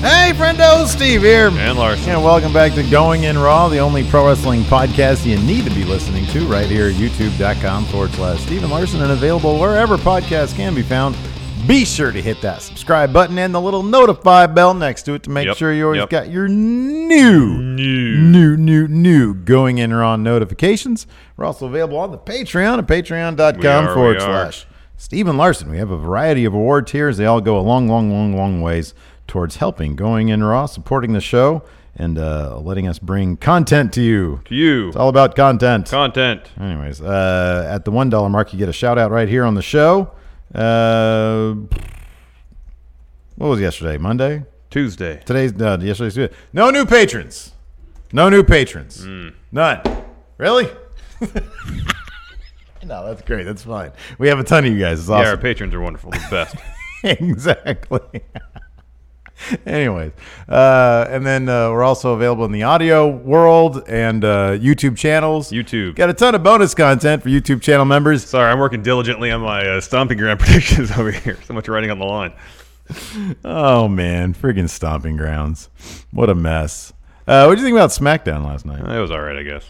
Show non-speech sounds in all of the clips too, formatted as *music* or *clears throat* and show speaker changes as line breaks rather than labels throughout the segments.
Hey, friendo, Steve here.
And Larson.
And welcome back to Going In Raw, the only pro wrestling podcast you need to be listening to right here at youtube.com forward slash Steven Larson and available wherever podcasts can be found. Be sure to hit that subscribe button and the little notify bell next to it to make
Yep,
sure you always
yep.
got your new,
New.
new, new, new going in raw notifications. We're also available on the Patreon at
We
patreon.com
are,
forward
we are.
slash Stephen Larson. We have a variety of award tiers. They all go a long, long, long, long ways towards helping going in raw, supporting the show, and uh, letting us bring content to you.
To you.
It's all about content.
Content.
Anyways, uh, at the one dollar mark, you get a shout out right here on the show. Uh, what was yesterday? Monday.
Tuesday.
Today's uh, yesterday's Tuesday. No new patrons. No new patrons. None. Really? *laughs* no, that's great. That's fine. We have a ton of you guys. It's awesome.
Yeah, our patrons are wonderful. The
*laughs*
best.
exactly. *laughs* Anyways, uh, and then uh, we're also available in the audio world and uh, YouTube channels.
YouTube.
got a ton of bonus content for YouTube channel members.
Sorry, I'm working diligently on my uh, stomping ground *laughs* predictions over here. So much writing on the line.
Oh man, friggin' stomping grounds! What a mess. Uh, what do you think about SmackDown last night?
It was all right, I guess.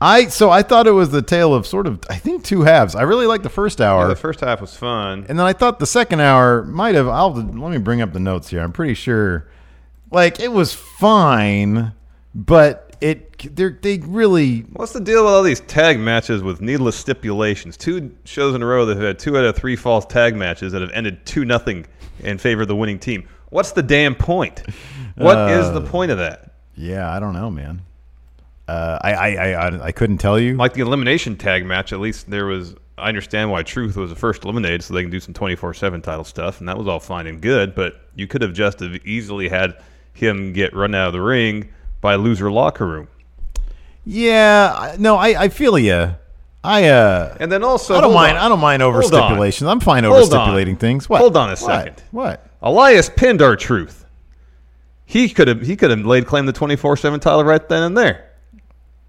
I so I thought it was the tale of sort of I think two halves. I really liked the first hour,
Yeah, the first half was fun.
and then I thought the second hour might have. I'll let me bring up the notes here. I'm pretty sure, like it was fine, but it they they really
What's the deal with all these tag matches with needless stipulations? Two shows in a row that have had two out of three false tag matches that have ended two nothing in favor of the winning team. What's the damn point? What is
Uh,
the point of that?
yeah I don't know man. Uh, I, I I I I couldn't tell you.
Like the elimination tag match, at least there was. I understand why Truth was the first eliminated, so they can do some 24 7 title stuff, and that was all fine and good, but you could have just as easily had him get run out of the ring by loser locker room.
yeah I- no I I feel you. I uh
And then also,
I don't
hold
mind
on.
I don't mind over
Hold on.
stipulations. I'm fine over
Hold on.
stipulating things. What?
Hold on a
What?
second.
What?
Elias pinned our truth. He could have he could have laid claim to twenty four seven title right then and there.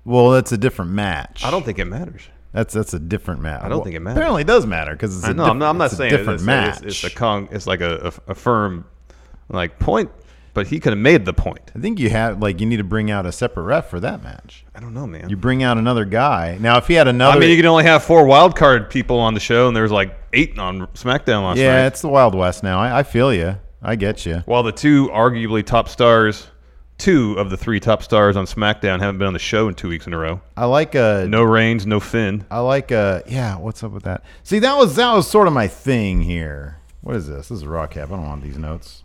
Well, that's a different match.
I don't think it matters.
That's that's a different match.
I don't think it matters.
Apparently, it does matter because it's a
I know, I'm not, I'm not
it's a
saying
different
it's,
match.
It's, it's a con, It's like a, a, a firm like point, but he could have made the point.
I think you have like you need to bring out a separate ref for that match.
I don't know, man.
You bring out another guy. Now, if he had another,
I mean, you can only have four wild card people on the show, and there's like eight on SmackDown last
yeah,
night.
it's the Wild West now. I, I feel you. I get you.
While the two arguably top stars, two of the three top stars on SmackDown haven't been on the show in two weeks in a row.
I like a
No Reigns, no Finn.
I like a yeah. What's up with that? See, that was that was sort of my thing here. What is this? This is a raw cap. I don't want these notes.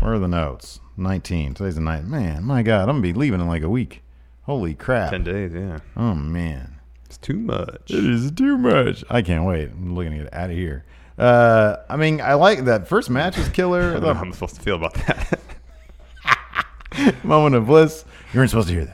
Where are the notes? Nineteen. Today's the night. Man, my God, I'm gonna be leaving in like a week. Holy crap!
Ten days, yeah.
Oh man.
It's too much.
It is too much. I can't wait. I'm looking to get out of here. Uh, I mean, I like that first match was
*laughs*
killer.
I don't know how
the
I'm supposed to feel about that. *laughs*
moment of bliss. You weren't supposed to hear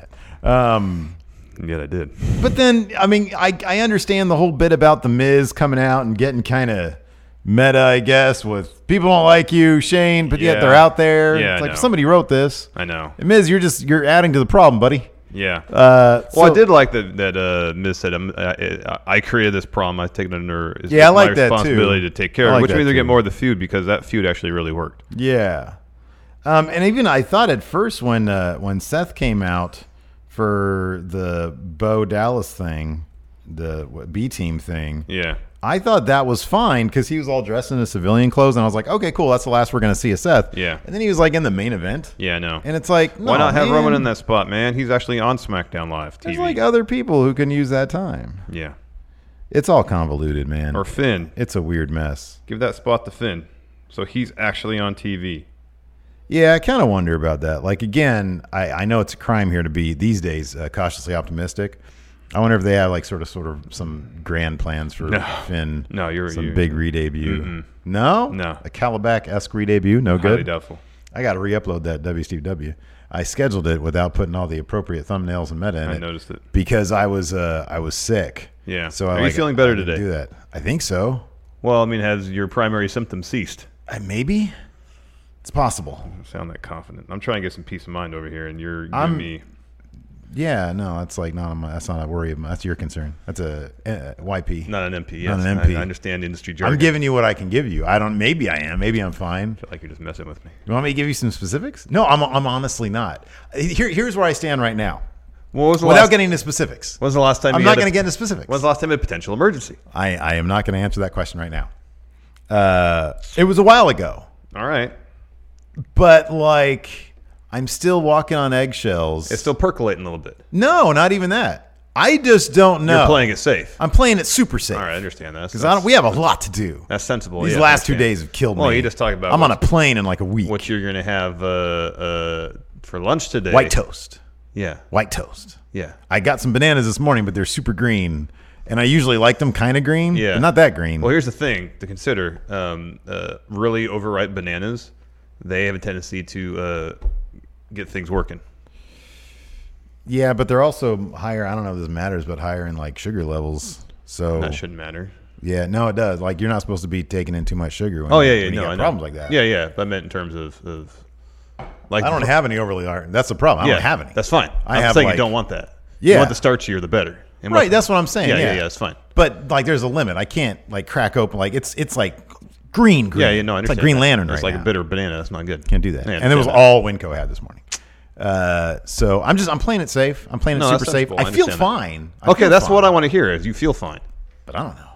that. Um,
Yet I did.
but then, I mean, I, I understand the whole bit about the Miz coming out and getting kind of meta, I guess, with people don't like you, Shane, but yet
Yeah.
they're out there.
Yeah, I
it's like
know.
somebody wrote this.
I know.
Miz, you're just you're adding to the problem, buddy.
Yeah.
Uh,
well, I
so-
did like that. That uh, Miz said, um, I, I, "I created this problem. I take it under it's
Yeah, I
my
like that too.
responsibility to take care
I
of."
like
it, which
that
means they
too.
get more of the feud because that feud actually really worked.
Yeah. Um, and even I thought at first when uh, when Seth came out for the Bo Dallas thing, the what, B team thing,
Yeah.
I thought that was fine because he was all dressed in his civilian clothes, and I was like, okay, cool, that's the last we're gonna see of Seth.
Yeah.
And then he was like in the main event.
Yeah, no.
And it's like,
Why
no,
not have
man.
Roman in that spot, man? He's actually on SmackDown Live TV.
There's like other people who can use that time.
yeah.
It's all convoluted, man.
Or Finn.
it's a weird mess.
Give that spot to Finn. So he's actually on TV.
Yeah, I kind of wonder about that. Like again, I, I know it's a crime here to be these days uh, cautiously optimistic. I wonder if they have like sort of sort of some grand plans for Finn.
No, you're-
some
you-
big re-debut. No,
No.
a Calabac esque re-debut. No
Highly
good.
doubtful.
I got to re-upload that WCW. I scheduled it without putting all the appropriate thumbnails and meta in
I
it
noticed it.
because I was uh, I was sick.
Yeah.
So I,
Are you
like,
feeling better
I didn't
today?
Do that. I think so.
Well, I mean, has your primary symptom ceased?
I, maybe it's possible.
Don't sound that confident. I'm trying to get some peace of mind over here, and you're giving
I'm-
me.
Yeah, no, that's like not a, my- that's not a worry of mine. That's your concern. That's a uh, YP.
Not an MP. Yes.
Not an MP.
I, I understand industry jargon.
I'm giving you what I can give you. I don't. Maybe I am. Maybe I'm fine.
I feel like you're just messing with me.
You want me to give you some specifics? No, I'm. I'm honestly not. Here, here's where I stand right now.
What was the
Without
last,
getting into specifics,
When's the last time
I'm
you
not
had a-
going to get into specifics.
When's the last time a potential emergency?
I, I am not going to answer that question right now. Uh, it was a while ago,
All right.
but like I'm still walking on eggshells.
It's still percolating a little bit.
no, not even that. I just don't know.
You're playing it safe.
I'm playing it super safe.
All right, I understand that.
Because I don't, we have a lot to do.
That's sensible.
These
yeah,
last two
I understand.
days have killed me.
Well, you just talk about
I'm
what,
on a plane in like a week.
what you're going to have uh, uh, for lunch today.
White toast.
Yeah.
White toast.
Yeah.
I got some bananas this morning, but they're super green, and I usually like them kind of green.
Yeah.
but not that green.
Well, here's the thing to consider: um, uh, really overripe bananas, they have a tendency to uh, get things working.
yeah, but they're also higher. I don't know if this matters, but higher in like sugar levels. So
That shouldn't matter.
Oh. yeah, no, it does. Like you're not supposed to be taking in too much sugar. When
Oh
you-
yeah, yeah,
when you
no,
got
I know.
problems like that.
Yeah, yeah. But I meant in terms of, of like
I don't have any overly. hard- That's the problem. I
yeah,
don't have any.
That's fine.
I
am
have,
saying
like-
you don't want that.
Yeah.
you want the starchier the better. And
Right, that's what I'm saying.
Yeah, yeah,
yeah,
yeah. That's fine.
But like, there's a limit. I can't like crack open. Like it's it's like green. green.
Yeah, yeah, no, I
it's
understand.
like Green
that.
Lantern right
It's like
now.
a bitter banana. That's not good.
Can't do that.
Yeah, I
and it was
understand that.
all Winco had this morning. Uh, so I'm just I'm playing it safe. I'm playing it
No, that's
super safe.
sensible.
I,
I
feel
understand that.
fine. I
okay,
feel
that's what
fine.
I want to hear. Is you feel fine?
But I don't know.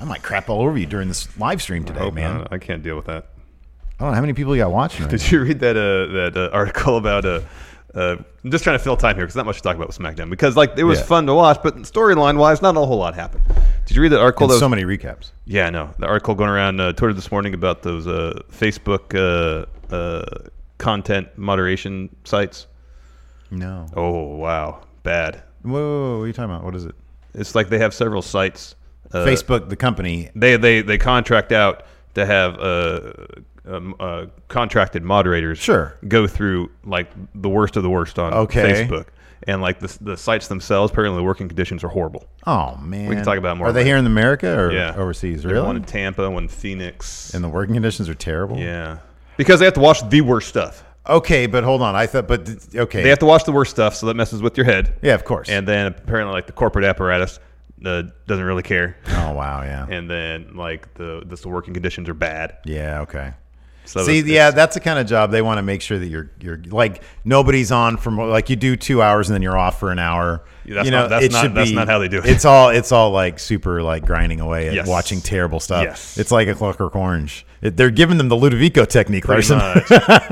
I might crap all over you during this live stream today, man.
I can't deal with that. *laughs*
I don't know how many people you got watching. Right
Did you read that uh, that uh, article *laughs* about uh, uh, I'm just trying to fill time here because not much to talk about with SmackDown because like it was
Yeah.
fun to watch, but storyline wise, not a whole lot happened. Did you read the article?
now.
That
And
was,
so many recaps.
yeah, no, the article going around uh, Twitter this morning about those uh, Facebook uh, uh, content moderation sites.
No. Whoa,
Oh wow, bad.
whoa, whoa, what are you talking about? What is it?
It's like they have several sites. Uh,
Facebook, the company.
They they they contract out to have uh, um, uh, contracted moderators
Sure.
go through like the worst of the worst on
Okay.
Facebook, and like the the sites themselves. Apparently, the working conditions are horrible.
Oh man.
We can talk about more
Are they
later.
here in America or
yeah,
overseas?
There's One
Really?
in Tampa, one in Phoenix.
and the working conditions are terrible.
yeah, because they have to watch the worst stuff.
Okay, but hold on. I thought, but th- okay.
They have to watch the worst stuff, so that messes with your head.
yeah, of course.
And then apparently, like the corporate apparatus uh, doesn't really care.
oh wow, yeah,
And then like the the working conditions are bad.
yeah, okay.
So
See,
it's-
yeah, that's the kind of job they want to make sure that you're you're like nobody's on for more, like you do two hours and then you're off for an hour.
Yeah, that's
you know,
not- that's
it
not-
should
that's
be-
not how they do it.
It's all it's all like super like grinding away at
Yes.
watching terrible stuff.
Yes.
it's like a Clockwork Orange. It, they're giving them the Ludovico technique, right?
Pretty much.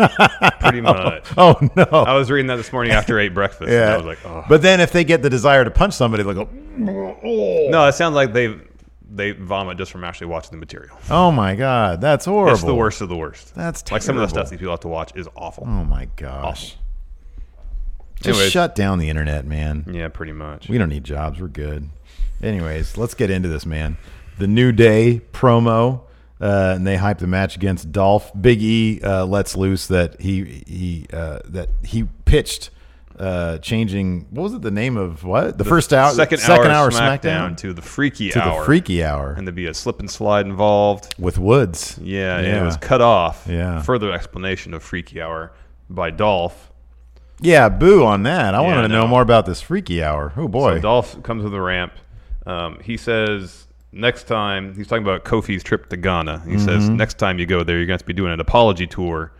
Pretty much.
*laughs* Oh no.
I was reading that this morning after I ate breakfast. And I was like, oh.
But then if they get the desire to punch somebody, they'll go,
no, it sounds like they they vomit just from actually watching the material.
"Oh my god, that's horrible."
It's the worst of the worst.
That's
Like some of the
terrible.
stuff these people have to watch is awful.
Oh my gosh.
Awful.
Just
Anyways.
shut down the internet, man.
Yeah, pretty much.
We don't need jobs. We're good. Anyways, let's get into this, man. The New Day promo, uh, and they hype the match against Dolph. Big E uh, lets loose that he he uh, that he pitched uh, changing. What was it? The name of what? The, first hour,
second,
second hour,
SmackDown, to the freaky
to
hour.
the freaky hour
And there'd be a slip and slide involved.
with Woods.
Yeah, and it was cut off.
Yeah.
Further explanation of freaky hour by Dolph.
Yeah, boo on that. I wanted to
no.
know more about this freaky hour. Oh boy.
So Dolph comes to the ramp. Um, he says, next time, he's talking about Kofi's trip to Ghana. He says, next time you go there, you're going to be doing an apology tour,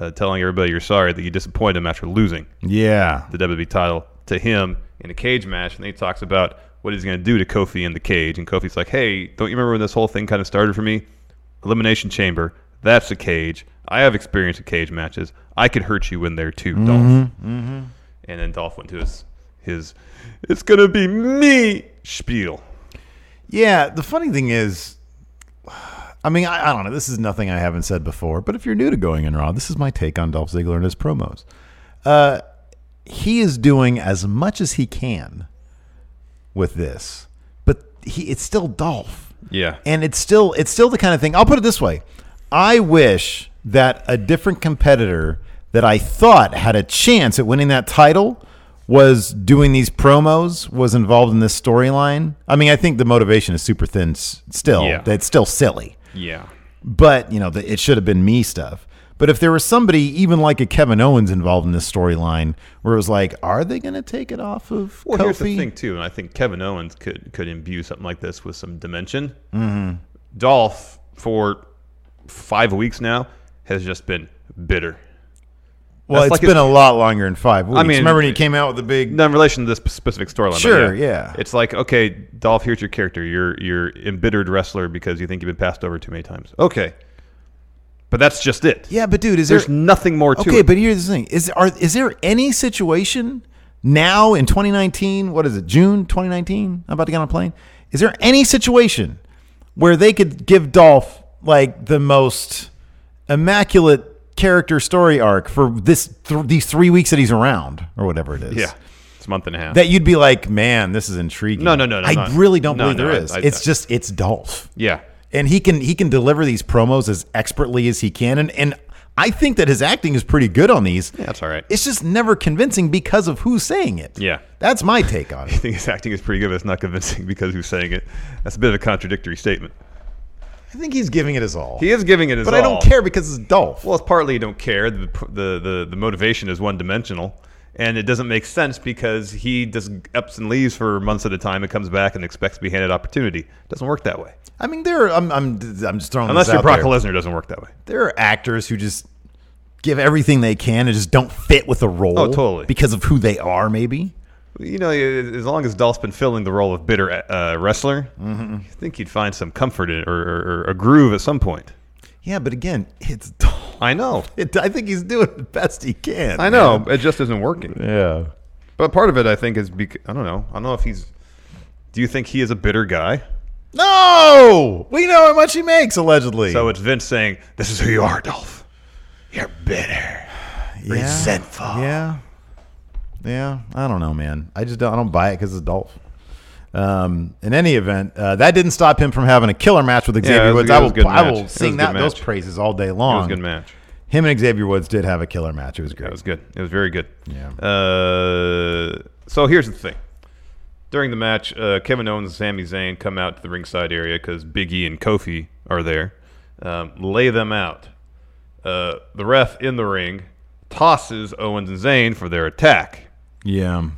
uh, telling everybody you're sorry that you disappointed him after losing
yeah.
the WWE title to him in a cage match. And then he talks about what he's going to do to Kofi in the cage. And Kofi's like, hey, don't you remember when this whole thing kind of started for me? Elimination Chamber. That's a cage. I have experience with cage matches. I could hurt you in there too, Dolph. And then Dolph went to his his it's gonna be me spiel.
Yeah, the funny thing is, I mean, I, I don't know. This is nothing I haven't said before, but if you're new to Going in Raw, this is my take on Dolph Ziggler and his promos. Uh, he is doing as much as he can with this, but he, it's still Dolph.
Yeah.
And it's still it's still the kind of thing. I'll put it this way. I wish that a different competitor that I thought had a chance at winning that title was doing these promos, was involved in this storyline. I mean, I think the motivation is super thin s- still.
Yeah.
That's still silly.
Yeah.
But, you know, the it should have been me stuff. But if there was somebody even like a Kevin Owens involved in this storyline where it was like, are they going to take it off of
Well,
Kofi?
here's the thing too, and I think Kevin Owens could could imbue something like this with some dimension. Mm-hmm. Dolph for five weeks now has just been bitter.
Well,
That's
it's
like
been
his-
a lot longer than five weeks.
mean-
remember when he came out with the big
Not in relation to this specific storyline. but
Sure, yeah.
It's like, okay, Dolph, here's your character. You're you're embittered wrestler because you think you've been passed over too many times. Okay, but that's just it.
Yeah, but dude, is
there's
there
nothing more to
okay?
it.
But here's the thing: is are is there any situation now in 2019? What is it? June 2019? I'm about to get on a plane. Is there any situation where they could give Dolph like the most immaculate character story arc for this th- these three weeks that he's around or whatever it is?
yeah, it's a month and a half.
That you'd be like, man, this is intriguing.
No, no, no, no,
I
no.
really don't
No,
believe
no,
there
I-
is.
I-
it's
I-
just it's Dolph
yeah,
and he can he can deliver these promos as expertly as he can and and I think that his acting is pretty good on these. Yeah,
that's all right.
It's just never convincing because of who's saying it.
Yeah.
That's my take on
I
it.
think his acting is pretty good, but it's not convincing *laughs* because who's saying it. That's a bit of a contradictory statement.
*laughs* I think he's giving it his all.
He is giving it his
But
all.
I don't care because it's Dolph.
Well, it's partly you don't care. The, the, the, the motivation is one dimensional, and it doesn't make sense because he just ups and leaves for months at a time and comes back and expects to be handed opportunity. It doesn't work that way.
I mean, there are, I'm, I'm, I'm just throwing
Unless
this
you're
out
Brock
there.
Lesnar, it doesn't work that way.
There are actors who just give everything they can and just don't fit with the role.
Oh, totally.
Because of who they are, maybe.
You know, as long as Dolph's been filling the role of bitter uh, wrestler, I think you'd find some comfort in, or, or, or a groove at some point.
Yeah, but again, it's *laughs* Dolph.
I know.
It, I think he's doing the best he can.
I know. It just isn't working.
Yeah.
But part of it, I think, is because I don't know. I don't know if he's. Do you think he is a bitter guy?
No, we know how much he makes allegedly.
So it's Vince saying, "This is who you are, Dolph. You're bitter."
resentful. Yeah, yeah. I don't know, man. I just don't. I don't buy it because it's Dolph. Um, in any event, uh, that didn't stop him from having a killer match with Xavier
it was-
Woods.
it
I
was
will.
a good
I
match. It
will
was a
sing
good
that those
match.
praises all day
It
long.
was a good match.
Him and Xavier Woods did have a killer match. It was great.
It was good. It was very good.
Yeah.
Uh, so here's the thing. During the match, uh, Kevin Owens and Sami Zayn come out to the ringside area because Big E and Kofi are there. Um, lay them out. Uh, the ref in the ring tosses Owens and Zayn for their attack.
yeah.
um,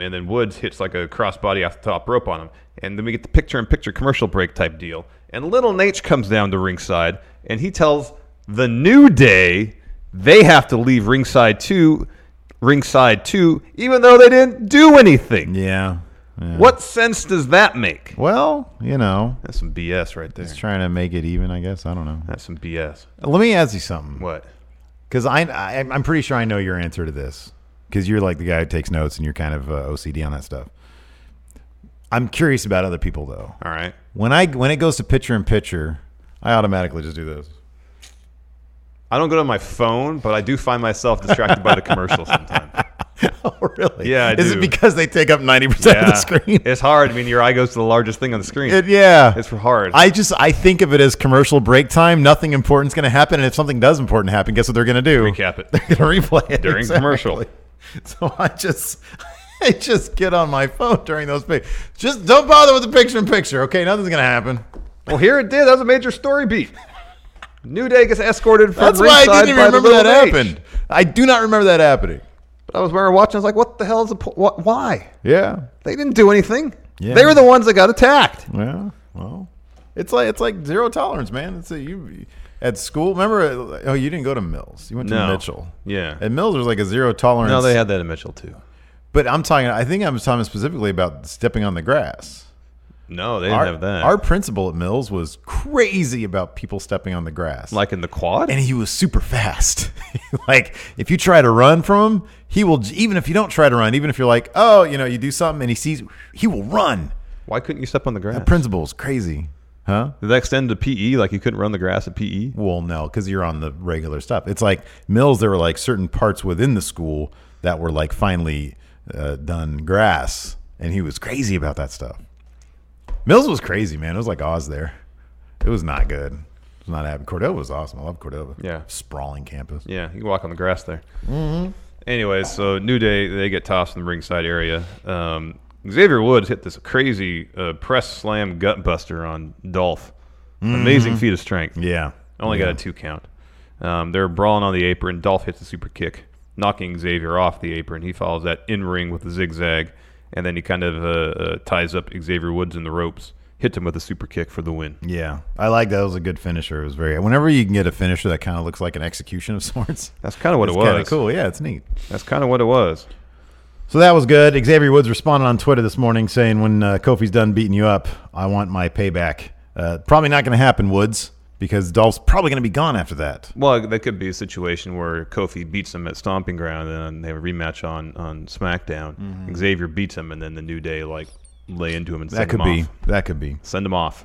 and then Woods hits like a crossbody off the top rope on him, and then we get the picture-in-picture commercial break type deal. And Little Nate comes down to ringside, and he tells the New Day they have to leave ringside too, ringside too, even though they didn't do anything.
Yeah. Yeah.
What sense does that make?
Well, you know,
That's some BS right there.
just trying to make it even. I guess I don't know.
That's some BS.
Let me ask you something.
What?
Because I, I I'm pretty sure I know your answer to this. Because you're like the guy who takes notes and you're kind of uh, OCD on that stuff. I'm curious about other people though.
All right.
When I when it goes to picture in picture, I automatically just do this. *laughs*
I don't go to my phone, but I do find myself distracted by the commercial
*laughs*
sometimes.
oh really?
Yeah, I
Is
do.
it because they take up ninety percent of the screen?
It's hard. I mean, your eye goes to the largest thing on the screen.
*laughs* It- yeah,
It's hard.
I just I think of it as commercial break time. Nothing important's going to happen, and if something does important happen, guess what they're going to do? *laughs*
Recap it.
They're going to replay it
During commercial.
*laughs* So I just *laughs* I just get on my phone during those pictures. Just don't bother with the picture in picture. Okay, nothing's going to happen.
Well, here it did. That was a major story beat. New Day gets escorted from
That's why I
ringside
didn't even
by the
remember that
Little H.
happened. I do not remember that happening.
But I was wearing a watch. And I was like, "What the hell is the po- what, why?
Yeah.
They didn't do anything.
Yeah.
They were the ones that got attacked."
Yeah. Well, it's like it's like zero tolerance, man. It's a, you at school. Remember? uh, Oh, you didn't go to Mills. You went to
No.
Mitchell.
Yeah.
At Mills, there was like a zero tolerance.
No, they had that in Mitchell too.
But I'm talking. I think I'm talking specifically about stepping on the grass.
No, they didn't
our,
have that.
Our principal at Mills was crazy about people stepping on the grass.
like in the quad?
and he was super fast. *laughs* like if you try to run from him, he will. Even if you don't try to run, even if you're like, oh, you know, you do something, and he sees, he will run.
Why couldn't you step on the grass?
That principal's crazy, huh?
Did that extend to PE? Like you couldn't run the grass at E? PE?
Well, no, because you're on the regular stuff. It's like Mills. There were like certain parts within the school that were like finally uh, done grass, and he was crazy about that stuff. Mills was crazy, man. It was like Oz there. It was not good. It was not happening. Cordova was awesome. I love Cordova.
Yeah.
sprawling campus.
Yeah, you can walk on the grass there. Mm-hmm. Anyways, so New Day they get tossed in the ringside area. Um, Xavier Woods hit this crazy uh, press slam gut buster on Dolph. Amazing feat of strength.
Mm-hmm. Yeah.
Only got a two count. Um, they're brawling on the apron. Dolph hits a super kick, knocking Xavier off the apron. He follows that in ring with a zigzag, and then he kind of uh, uh, ties up Xavier Woods in the ropes. Hits him with a super kick for the win.
Yeah, I like that. It was a good finisher. It was very. Whenever you can get a finisher that kind of looks like an execution of *laughs* sorts,
That's kind of what
it's
it was.
kind of cool. Yeah, it's neat.
That's kind of what it was.
So that was good. Xavier Woods responded on Twitter this morning saying, "When uh, Kofi's done beating you up, I want my payback." Uh, probably not going to happen, Woods, because Dolph's probably going to be gone after that.
Well, that could be a situation where Kofi beats him at Stomping Ground, and then they have a rematch on on SmackDown. Xavier beats him, and then the New Day like lay into him and
Mm-hmm. That
send
could
him
be.
off.
That could be.
Send him off.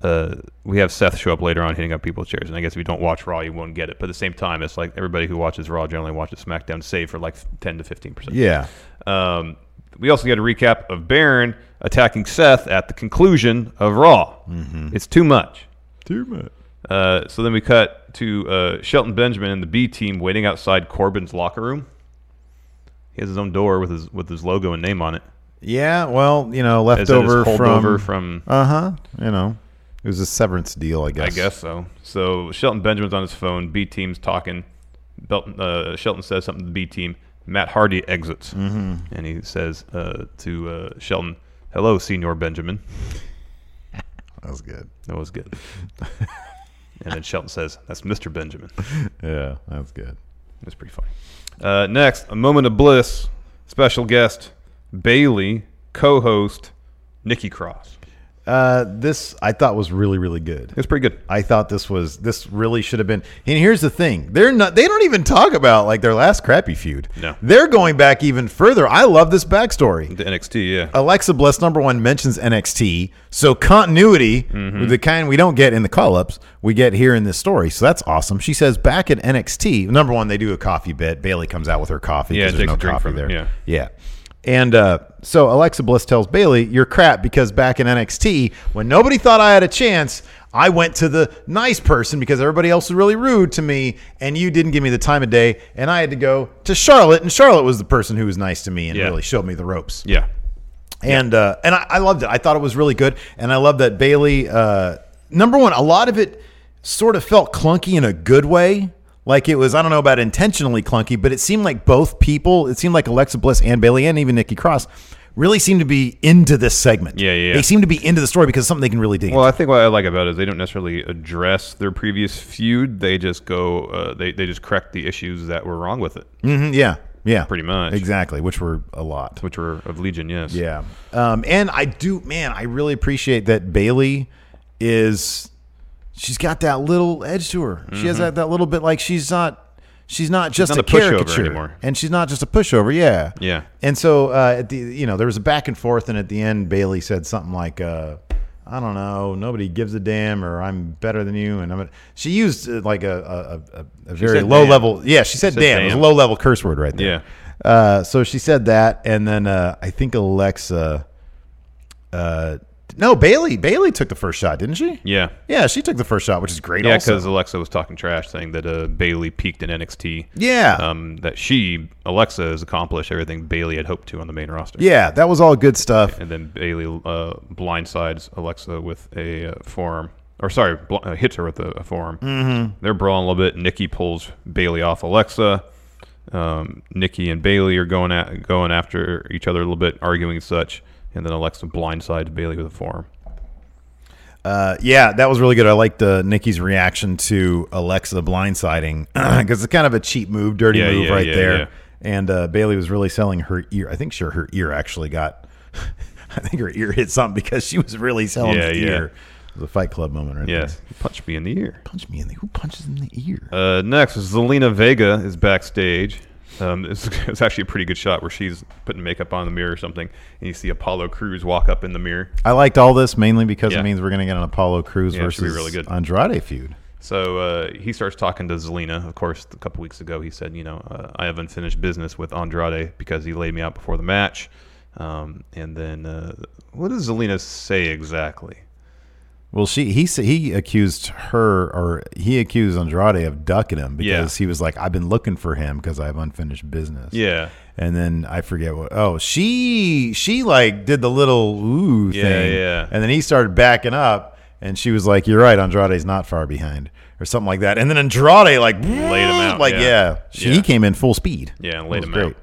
uh, we have Seth show up later on hitting up people with chairs, and I guess if you don't watch Raw, you won't get it. But at the same time, it's like everybody who watches Raw generally watches SmackDown, save for like ten to fifteen percent.
Yeah,
Um, we also get a recap of Baron attacking Seth at the conclusion of Raw. It's too much.
too much.
Uh, so then we cut to uh, Shelton Benjamin and the B team waiting outside Corbin's locker room. He has his own door with his with his logo and name on it.
Yeah, well, you know,
Is it his
leftover
holdover
from,
from,
uh huh. You know, it was a severance deal, I guess.
I guess so. So Shelton Benjamin's on his phone. B team's talking. Belton, uh, Shelton says something to the B team. Matt Hardy exits, mm-hmm. and he says uh, to uh, Shelton, "Hello, Senor Benjamin."
that was good.
That was good. *laughs* and then Shelton says, "That's Mister Benjamin."
Yeah, that's good.
That's pretty funny. Uh, next, a moment of bliss. Special guest Bailey, co-host Nikki Cross.
Uh, this I thought was really, really good.
It's pretty good.
I thought this was this really should have been. And here's the thing: they're not. They don't even talk about like their last crappy feud.
No.
they're going back even further. I love this backstory.
The NXT, yeah.
Alexa Bliss number one mentions NXT, so continuity,
Mm-hmm.
the kind we don't get in the call ups, we get here in this story. So that's awesome. She says back at NXT, number one, they do a coffee bit. Bailey comes out with her coffee.
Yeah,
'cause there's
takes
no
a drink
coffee
from it,
there.
yeah.
yeah. And uh, so Alexa Bliss tells Bailey, "You're crap because back in NXT, when nobody thought I had a chance, I went to the nice person because everybody else was really rude to me, and you didn't give me the time of day, and I had to go to Charlotte, and Charlotte was the person who was nice to me and
Yeah.
really showed me the ropes."
yeah.
and uh, and I, I loved it. I thought it was really good, and I love that Bailey. Uh, number one, a lot of it sort of felt clunky in a good way. Like it was, I don't know about intentionally clunky, but it seemed like both people. It seemed like Alexa Bliss and Bailey, and even Nikki Cross, really seemed to be into this segment.
Yeah, yeah, yeah.
They seem to be into the story because it's something they can really dig.
Well,
into.
I think what I like about it is they don't necessarily address their previous feud. They just go, uh, they, they just correct the issues that were wrong with it,
Mhm, yeah, yeah,
pretty much.
exactly, which were a lot.
Which were of Legion, yes.
Yeah. Um, and I do, man, I really appreciate that Bailey is she's got that little edge to her. She has that, that little bit like she's not she's not just
Mm-hmm. not
a,
a pushover
caricature
anymore.
and she's not just a pushover. Yeah,
Yeah.
And so uh, at the you know there was a back and forth, and at the end Bailey said something like. Uh, I don't know. Nobody gives a damn, or I'm better than you. And I'm. A, she used uh, like a a, a, a- a very
said
low
damn.
level. Yeah, she said,
Said
damn. It was a
damn.
low level curse word right there. Yeah. Uh, so she said that, and then uh, I think Alexa. Uh, no, Bailey. Bailey took the first shot, didn't she?
Yeah.
Yeah, she took the first shot, which is great.
Yeah,
also.
because Alexa was talking trash, saying that uh, Bailey peaked in NXT.
Yeah.
Um, that she, Alexa, has accomplished everything Bailey had hoped to on the main roster.
yeah, that was all good stuff.
And then Bailey uh, blindsides Alexa with a uh, forearm. Or sorry, bl- uh, hits her with a, a forearm. Mm-hmm. They're brawling a little bit. Nikki pulls Bailey off Alexa. Um, Nikki and Bailey are going at, going after each other a little bit, arguing and such. And then Alexa blindsides Bailey with a forearm.
Uh, yeah, that was really good. I liked uh, Nikki's reaction to Alexa blindsiding *clears throat* because it's kind of a cheap move, dirty
Yeah,
move
yeah,
right
yeah,
there.
yeah.
And uh, Bailey was really selling her ear. I think sure her ear actually got. *laughs* I think her ear hit something because she was really selling
Yeah,
the
yeah.
ear. It was a Fight Club moment, right?
Yes,
There.
he punched me in the ear.
Punch me in the. Who punches in the ear?
Uh, next is Zelina Vega is backstage. Um, it's, *laughs* it's actually a pretty good shot where she's putting makeup on in the mirror or something, and you see Apollo Crews walk up in the mirror.
I liked all this mainly because
yeah.
it means we're going to get an Apollo Crews
Yeah, it should
versus
be really good.
Andrade feud.
So uh, he starts talking to Zelina. Of course, a couple weeks ago, he said, you know, uh, I have unfinished business with Andrade because he laid me out before the match. Um, and then, uh, what does Zelina say exactly?
Well, she he sa- he accused her or he accused Andrade of ducking him because
Yeah.
he was like, "I've been looking for him because I have unfinished business."
Yeah.
and then I forget what. Oh, she she like did the little ooh
Yeah,
thing,
yeah.
and then he started backing up, and she was like, "You're right, Andrade's not far behind," or something like that. And then Andrade like laid
him out,
like
yeah.
yeah, she
Yeah.
he came in full speed,
Yeah, and
That
laid
was
him
great.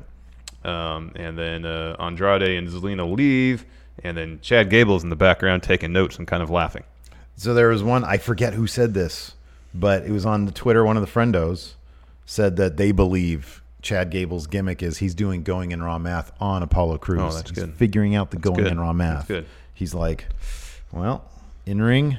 out. Um, and then uh, Andrade and Zelina leave, and then Chad Gable's in the background taking notes and kind of laughing.
So there was one I forget who said this, but it was on the Twitter. One of the friendos said that they believe Chad Gable's gimmick is he's doing going in raw math on Apollo Crews.
Oh, that's
He's
good.
Figuring out the going
good.
in raw math.
That's good.
He's like, well, in ring,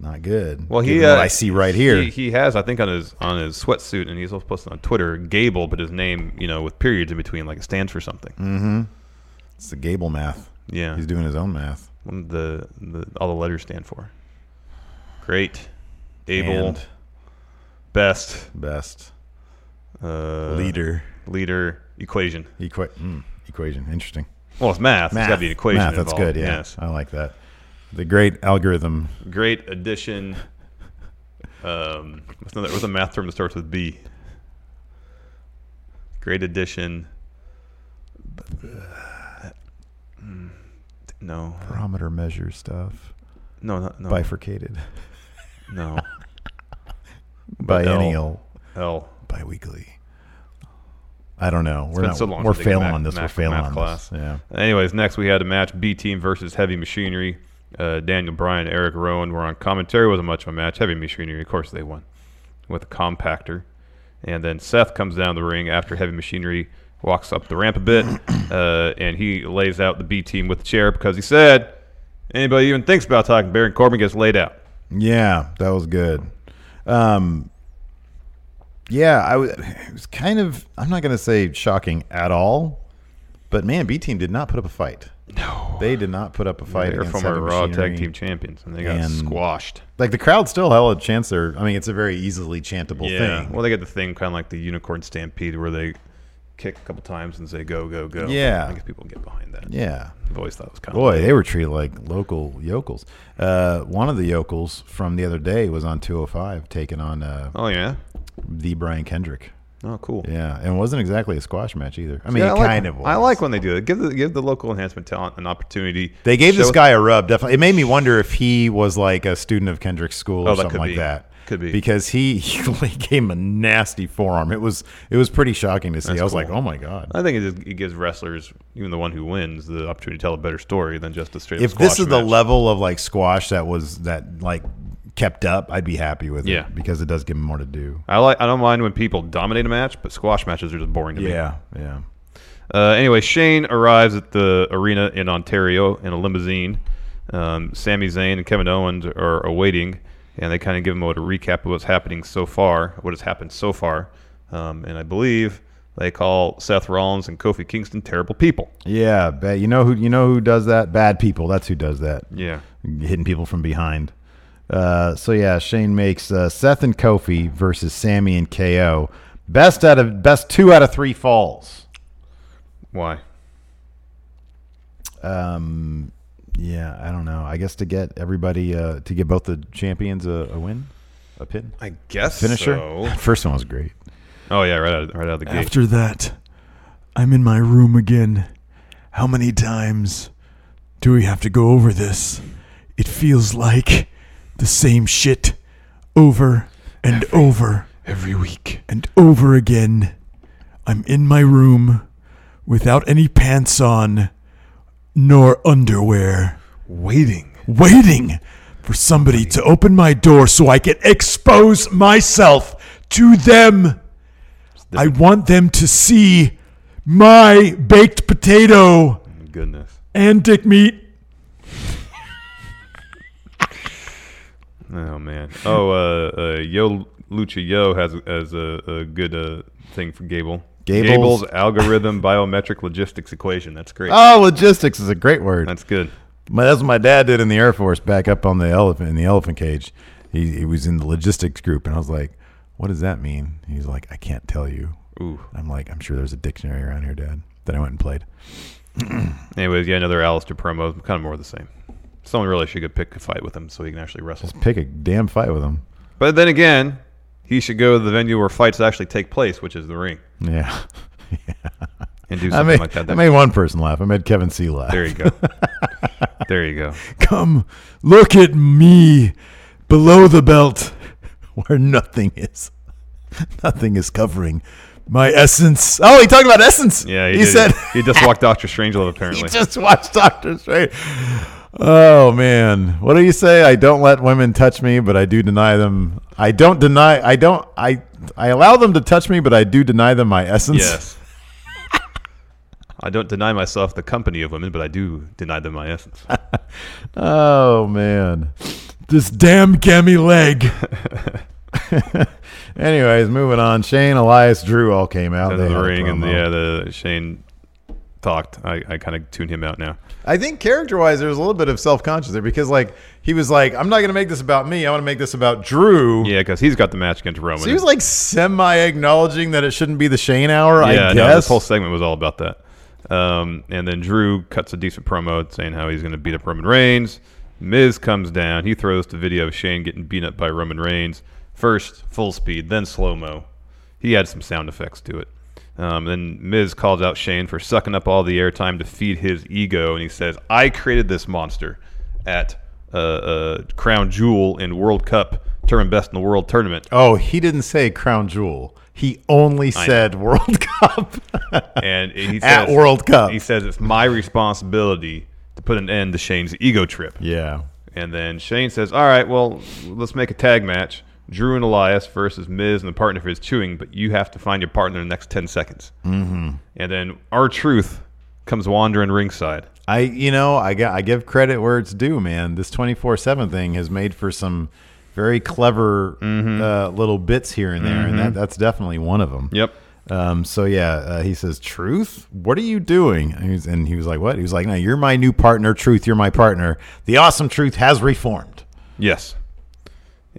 not good.
Well, he
given what
uh,
I see right here.
He, he has, I think, on his on his sweatsuit, and he's also posted on Twitter Gable, but his name, you know, with periods in between, like it stands for something.
it's the Gable math.
Yeah,
He's doing his own math.
What do the, the all the letters stand for. Great, able,
And
best,
best
uh,
leader
leader, equation.
Equa- mm, equation. Interesting.
Well, it's math. It's got to
Math.
be an equation.
Math, that's
involved.
good. Yeah,
Yes.
I like that. The great algorithm
Great addition. Um, what's another? What's a math term that starts with B? Great addition.
*sighs*
Mm, No,
barometer measure stuff.
no, not, no, *laughs*
Bifurcated.
no.
Biennial.
L.
Biweekly. I don't know. We're
Been
not.
so long
we're
since I did
failing
math-
on this.
math-
we're failing
math
on
class.
this. Yeah.
Anyways, next we had a match: B Team versus Heavy Machinery. Uh, Daniel Bryan, Eric Rowan were on commentary. wasn't much of a match. Heavy Machinery, of course, they won with a compactor. And then Seth comes down the ring after Heavy Machinery walks up the ramp a bit, *coughs* uh, and he lays out the B Team with the chair because he said, "Anybody even thinks about talking Baron Corbin gets laid out."
Yeah, that was good. Um, yeah, I was. It was kind of. I'm not going to say shocking at all, but man, B team did not put up a fight. No, they did not put up a fight.
They're
against
from our
Heavy
Raw
Machinery.
Tag Team Champions, and they got
and-
squashed.
Like the crowd still held a chance there. I mean, it's a very easily chantable thing.
Well, they get the thing kind of like the unicorn stampede where they kick a couple times and say go go go.
Yeah.
I guess people can get behind that.
yeah.
I've always thought it was kind of
Boy, they were treated like local yokels. Uh, one of the yokels from the other day was on 205, taking on uh,
Oh yeah.
the Brian Kendrick.
Oh cool.
Yeah, and it wasn't exactly a squash match either. I mean,
Yeah,
it
I like,
kind of was.
I like when they do it. Give the give the local enhancement talent an opportunity.
They gave
Show-
this guy a rub. Definitely, it made me wonder if he was like a student of Kendrick's school or
Oh, that
something
could
like
be.
that.
Could be.
because he, *laughs* he gave him a nasty forearm. It was it was pretty shocking to see. I was like, oh my god.
I think it, just, it gives wrestlers, even the one who wins, the opportunity to tell a better story than just a straight.
if this is the level of like squash that was that like kept up, I'd be happy with
Yeah.
it because it does give him more to do.
I like. I don't mind when people dominate a match, but squash matches are just boring to me.
Yeah, yeah.
Uh, anyway, Shane arrives at the arena in Ontario in a limousine. Um, Sami Zayn and Kevin Owens are awaiting, and they kind of give them a little recap of what's happening so far, what has happened so far. Um, and I believe they call Seth Rollins and Kofi Kingston terrible people.
Yeah, bad. you know who you know who does that? Bad people. That's who does that.
Yeah.
hitting people from behind. Uh, so yeah, Shane makes uh, Seth and Kofi versus Sammy and KO. Best out of best two out of three falls.
Why?
Um, yeah, I don't know. I guess to get everybody uh, to get both the champions a, a win, a pin,
I guess
finisher.
so.
That *laughs* First one was great.
Oh yeah, right out, right out of the gate.
After that, I'm in my room again. How many times do we have to go over this? It feels like the same shit over and over
every week.
and over again. I'm in my room without any pants on nor underwear,
Waiting.
waiting for somebody to open my door so I can expose myself to them. I want them to see my baked potato
Goodness.
and dick meat.
Oh man. Oh, uh, uh, Yo Lucha Yo has has a, a good uh, thing for Gable.
Gable's-
algorithm *laughs* biometric logistics equation. That's great.
Oh, logistics is a great word.
That's good.
My, that's what my dad did in the Air Force back up on the elephant in the elephant cage. He, he was in the logistics group, and I was like, "What does that mean?" He's like, "I can't tell you."
Ooh.
I'm like, "I'm sure there's a dictionary around here, Dad." Then I went and played.
Anyways, yeah, another Alistair promo. Kind of more of the same. Someone really should go pick a fight with him so he can actually wrestle.
Just pick a damn fight with him.
But then again, he should go to the venue where fights actually take place, which is the ring,
Yeah, *laughs*
and do
I
something
made
like that.
I made one person laugh. I made Kevin C laugh.
*laughs* there
*laughs*
you go. there you go.
Come, look at me below the belt.
*laughs* Where nothing is, *laughs* nothing is covering.
My essence. Oh, he talked about essence.
Yeah,
He
did-
said-
he just walked Doctor
*laughs*
Strangelove. Apparently,
He just watched Doctor Strange. Oh man, what do you say? I don't let women touch me, but I do deny them. I don't deny. I don't. I I allow them to touch me, but I do deny them my essence.
Yes. I don't deny myself the company of women, but I do deny them my essence.
Ah, Oh man.
This damn gammy
*laughs*
leg.
Anyways, moving on. Shane, Elias, Drew all came out.
And
They
the
had a
ring and the,
promo.
yeah, the Shane talked. I, I kind of tune him out now.
I think character-wise, there was a little bit of self-conscious there because like he was like, "I'm not gonna make this about me. I want to make this about Drew."
Yeah, because he's got the match against Roman.
So he was like semi acknowledging that it shouldn't be the Shane hour.
yeah,
I guess.
no, this whole segment was all about that. Um, and then Drew cuts a decent promo saying how he's going to beat up Roman Reigns. Miz comes down. He throws the video of Shane getting beat up by Roman Reigns. First full speed, then slow mo. He had some sound effects to it. Um, then Miz calls out Shane for sucking up all the airtime to feed his ego, and he says, "I created this monster at uh, uh, Crown Jewel in World Cup Tournament Best in the World tournament."
Oh, he didn't say crown jewel. He only said World *laughs* Cup.
and he says,
At World Cup.
He says it's my responsibility to put an end to Shane's ego trip.
yeah.
And then Shane says, "All right, well, let's make a tag match: Drew and Elias versus Miz and the partner for his chewing. But you have to find your partner in the next ten seconds." Mm-hmm. And then our truth comes wandering ringside.
I you know, I got I give credit where it's due, man. This 24/7 thing has made for some very clever uh, little bits here and there, and that, that's definitely one of them.
Mm-hmm. Yep.
Um, so yeah, uh, he says, "Truth, what are you doing?" And he, was, and he was like, "What?" He was like, "No, you're my new partner. Truth, you're my partner. The awesome truth has reformed."
Yes.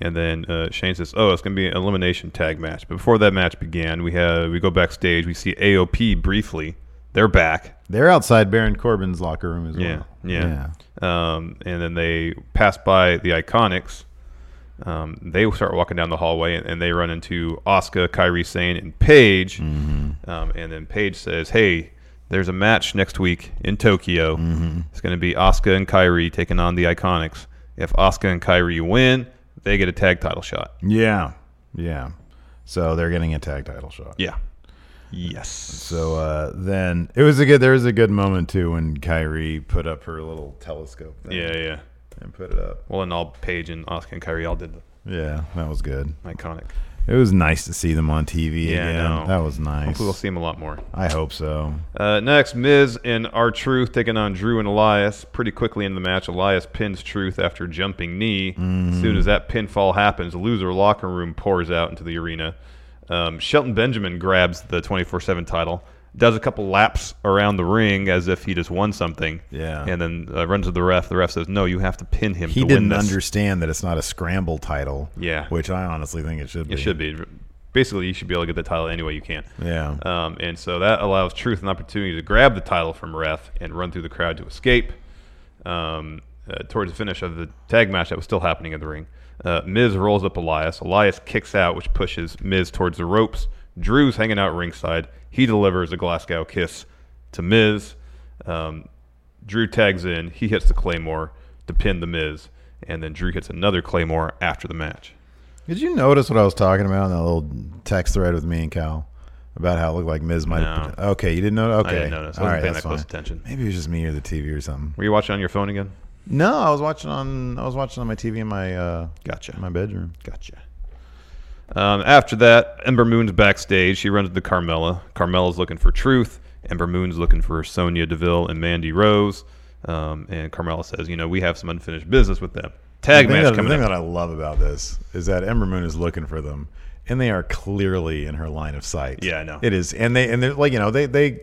And then uh, Shane says, "Oh, it's going to be an elimination tag match." But before that match began, we have we go backstage. We see AOP briefly. They're back.
They're outside Baron Corbin's locker room as
Yeah,
well.
yeah. Um, and then they pass by the Iconics. Um, they start walking down the hallway, and, and they run into Oscar, Kyrie Sane, and Paige.
Mm-hmm.
Um, and then Paige says, "Hey, there's a match next week in Tokyo.
Mm-hmm.
It's going to be Oscar and Kyrie taking on the Iconics. If Oscar and Kyrie win, they get a tag title shot.
Yeah. Yeah. So they're getting a tag title shot.
Yeah, yes.
So uh, then it was a good. There was a good moment too when Kyrie put up her little telescope. Thing
Yeah, yeah.
And put it up.
Well, and all Paige and Oscar and Kyrie all did the
Yeah, that was good.
Iconic.
It was nice to see them on TV
Yeah, I
again.
know.
That was nice.
Hopefully, we'll see him a lot more.
I hope so.
Uh, next, Miz and R Truth taking on Drew and Elias. Pretty quickly in the match, Elias pins Truth after jumping knee. As soon as that pinfall happens, the loser locker room pours out into the arena. Um, Shelton Benjamin grabs the 24 7 title, does a couple laps around the ring as if he just won something.
Yeah.
And then uh, runs to the ref. The ref says, No, you have to pin him
He
to win
didn't
this.
understand that it's not a scramble title.
Yeah.
Which I honestly think it should be.
It should be. Basically, you should be able to get the title any way you can.
Yeah.
Um, and so that allows Truth an opportunity to grab the title from Ref and run through the crowd to escape. Um, uh, towards the finish of the tag match that was still happening in the ring, uh, Miz rolls up Elias. Elias kicks out, which pushes Miz towards the ropes. Drew's hanging out ringside. He delivers a Glasgow kiss to Miz. Um, Drew tags in. He hits the Claymore to pin the Miz. And then Drew hits another Claymore after the match.
Did you notice what I was talking about in that little text thread with me and Cal about how it looked like Miz might? have- Okay, you didn't notice. Okay,
I didn't notice. I wasn't
All right,
paying
that's
that close
fine.
attention.
Maybe it was just me or the TV or something.
Were you watching on your phone again?
No, I was watching on I was watching on my TV in my uh,
Gotcha.
in my bedroom.
Gotcha. Um, after that, Ember Moon's backstage. She runs into Carmella. Carmella's looking for Truth. Ember Moon's looking for Sonia Deville and Mandy Rose. Um, and Carmella says, "You know, we have some unfinished business with them.
The
Tag
thing,
match
that, the
coming
thing
up.
that I love about this is that Ember Moon is looking for them, and they are clearly in her line of sight.
Yeah, I know.
it is, and they and they're like you know they they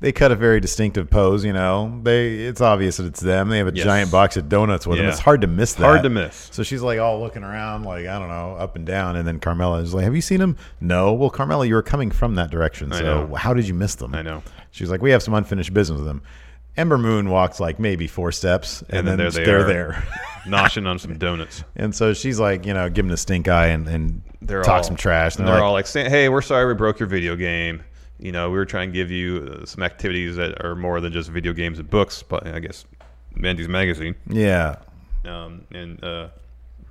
they cut a very distinctive pose. You know, they it's obvious that it's them. They have a
Yes.
giant box of donuts with them.
Yeah.
It's hard to miss that.
Hard to miss.
So she's like all looking around, like I don't know, up and down, and then Carmela is like, "Have you seen them? No. Well, Carmela, you were coming from that direction,
I
so
know.
how did you miss them?
I know.
She's like, "We have some unfinished business with them." Ember Moon walks like maybe four steps, and,
And
then,
then there they
they're
are.
there. *laughs*
Noshing on some donuts.
And so she's like, you know, give him the stink eye and, and
They're
talk
all,
some trash.
And
And
they're
like,
all like, saying, "Hey, we're sorry we broke your video game. You know, we were trying to give you uh, some activities that are more than just video games and books. But I guess Mandy's magazine.
yeah.
Um, and uh,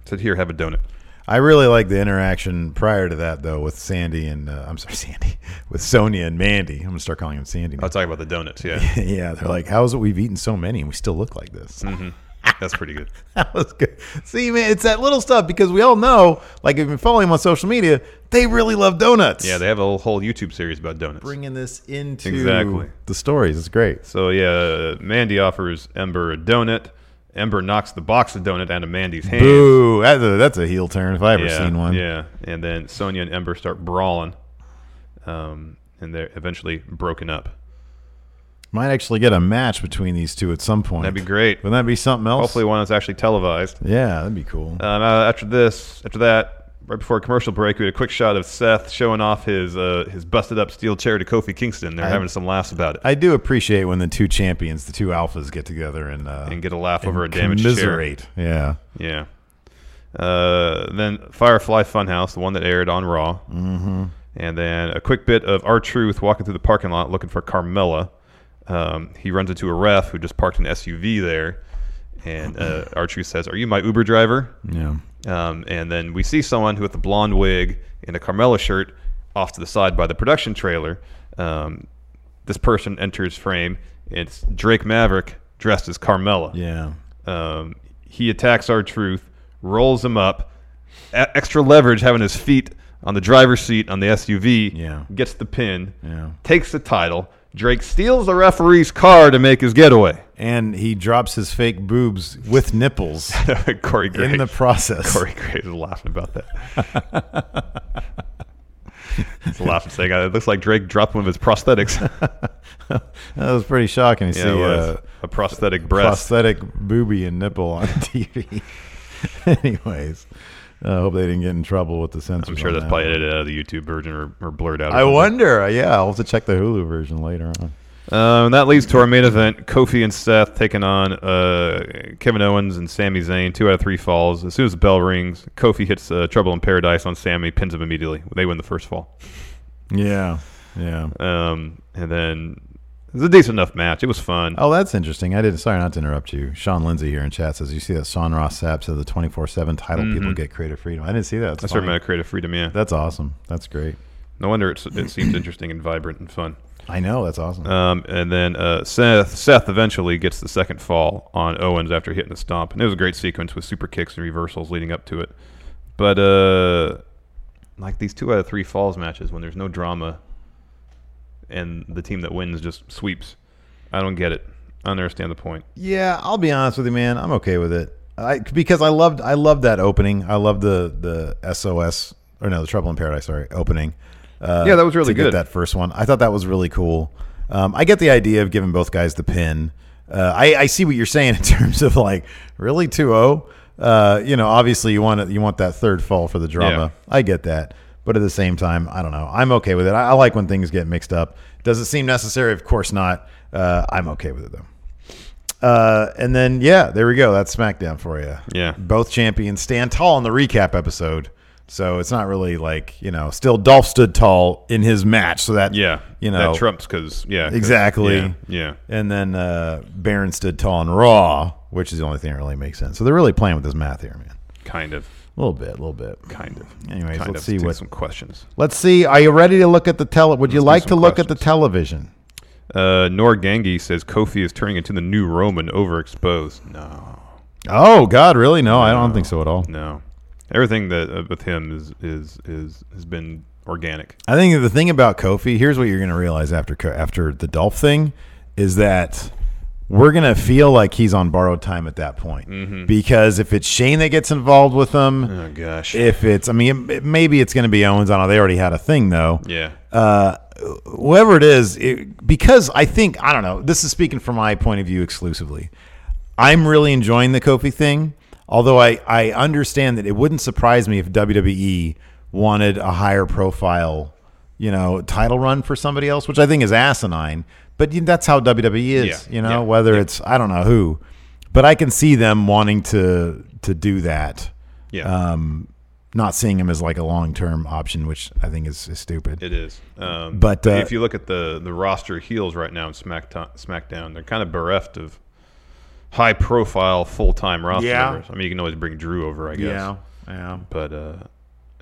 said, here, have a donut."
I really like the interaction prior to that, though, with Sandy and, uh, I'm sorry, *laughs* Sandy, with Sonia and Mandy. I'm going to start calling him Sandy. now.
I'll talk about the donuts. Yeah,
*laughs* yeah. They're like, how is it we've eaten so many and we still look like this?
that's pretty good.
*laughs* That was good. See, man, it's that little stuff because we all know, like, if you've been following him on social media, they really love donuts.
Yeah, they have a whole YouTube series about donuts.
bringing this into
Exactly.
the stories. It's great.
so yeah, Mandy offers Ember a donut. Ember knocks the box of donut out of Mandy's hand.
Boo. That's a, that's a heel turn if i ever
yeah,
seen one.
Yeah, and then Sonia and Ember start brawling, um, and they're eventually broken up.
Might actually get a match between these two at some point.
That'd be great.
Wouldn't that be something else?
Hopefully, one that's actually televised.
Yeah, that'd be cool.
Um, uh, after this, after that, right before a commercial break, we had a quick shot of Seth showing off his uh, his busted up steel chair to Kofi Kingston. They're having some laughs about it.
I do appreciate when the two champions, the two alphas, get together and uh,
and get a laugh
and
over a damaged chair.
commiserate. Yeah,
Yeah. Uh, then Firefly Funhouse, the one that aired on Raw, mm-hmm. and then a quick bit of our Truth walking through the parking lot looking for Carmella. Um, he runs into a ref who just parked an SUV there, and uh, our Truth says, "Are you my Uber driver?"
yeah.
Um, and then we see someone with a blonde wig and a Carmella shirt off to the side by the production trailer. Um, this person enters frame. It's Drake Maverick dressed as Carmella.
Yeah.
Um, he attacks our truth, rolls him up, e- extra leverage having his feet on the driver's seat on the SUV,
Yeah.
gets the pin,
Yeah.
takes the title. Drake steals the referee's car to make his getaway.
And he drops his fake boobs with nipples
*laughs* *laughs* Corey Graves.
in the process.
Corey Graves is laughing about that. *laughs* He's laughing, saying, "Uh, "It looks like Drake dropped one of his *laughs* prosthetics."
That was pretty shocking to
yeah, it
see
was.
uh,
a prosthetic breast.
prosthetic booby and nipple on *laughs* TV. Anyways, I hope they didn't get in trouble with the censors.
I'm sure
on
that's
that
probably
one.
edited out of the YouTube version or, or blurred out. or
I
something.
wonder. uh, Yeah, I'll have to check the Hulu version later on.
Um, that leads to our main event: Kofi and Seth taking on uh, Kevin Owens and Sami Zayn. Two out of three falls. As soon as the bell rings, Kofi hits uh, Trouble in Paradise on Sammy, pins him immediately. They win the first fall,
Yeah, yeah.
um, and then it was a decent enough match. It was fun.
Oh, that's interesting. I didn't. Sorry, not to interrupt you. Sean Lindsay here in chat says, "You see that Sean Ross Sapp said the twenty four seven title people get creative freedom." I didn't see that. That's,
Mm-hmm. That's
funny.
our creative freedom. Yeah,
That's awesome. That's great.
no wonder it's, it seems interesting and vibrant and fun.
I know. That's awesome.
Um, and then uh, Seth Seth eventually gets the second fall on Owens after hitting the stomp, and it was a great sequence with super kicks and reversals leading up to it. But uh, like these two out of three falls matches when there's no drama and the team that wins just sweeps. I don't get it. I don't understand the point.
Yeah, I'll be honest with you, man. I'm okay with it. I because I loved I loved that opening. I loved the the SOS or no, the Trouble in Paradise. Sorry, opening. Uh,
Yeah, that was
to
really
get
good.
that first one, I thought that was really cool. Um, I get the idea of giving both guys the pin. Uh, I, I see what you're saying *laughs* in terms of like really 2-0. Uh, you know, obviously you want it, you want that third fall for the drama. I get that. But at the same time, I don't know. I'm okay with it. I, I like when things get mixed up. Does it seem necessary? Of course not. Uh, I'm okay with it though. Uh, and then yeah, there we go. That's SmackDown for you.
Yeah.
both champions stand tall in the recap episode, so it's not really like you know. Still, Dolph stood tall in his match, so that
Yeah,
you know
that trumps because yeah, 'cause-
exactly.
Yeah, yeah.
and then uh, Baron stood tall in Raw, which is the only thing that really makes sense. So they're really playing with this math here, man.
kind of,
A little bit, a little bit.
kind of.
Anyways,
kind
let's
of.
see
do
what-
some questions.
Let's see. Are you ready to look at the tele? Would you
do
like
some
to look at the
questions.
television?
Uh, Norgangi says Kofi is turning into the new Roman overexposed. No,
Oh God, really? No, I don't think so at all.
no. Everything that uh, with him is is is has been organic.
I think the thing about Kofi, here's what you're going to realize after Co- after the Dolph thing, is that we're going to feel like he's on borrowed time at that point. Because if it's Shane that gets involved with him,
Oh gosh.
if it's, I mean, it, it- maybe it's going to be Owens. I don't know. They already had a thing though.
yeah.
uh, Whoever it is, it, because I think I don't know. This is speaking from my point of view exclusively. I'm really enjoying the Kofi thing, although I I understand that it wouldn't surprise me if WWE wanted a higher profile, you know, title run for somebody else, which I think is asinine. But you- that's how WWE is,
Yeah,
you know,
yeah,
whether it's I don't know who, but I can see them wanting to to do that.
yeah.
Um, not seeing him as like a long term option, which I think is, is stupid.
It is. Um,
But, uh,
if you look at the the roster of heels right now in SmackDown, SmackDown, they're kind of bereft of high profile full time roster
Yeah.
members. I mean, you can always bring Drew over, I guess.
yeah.
But uh,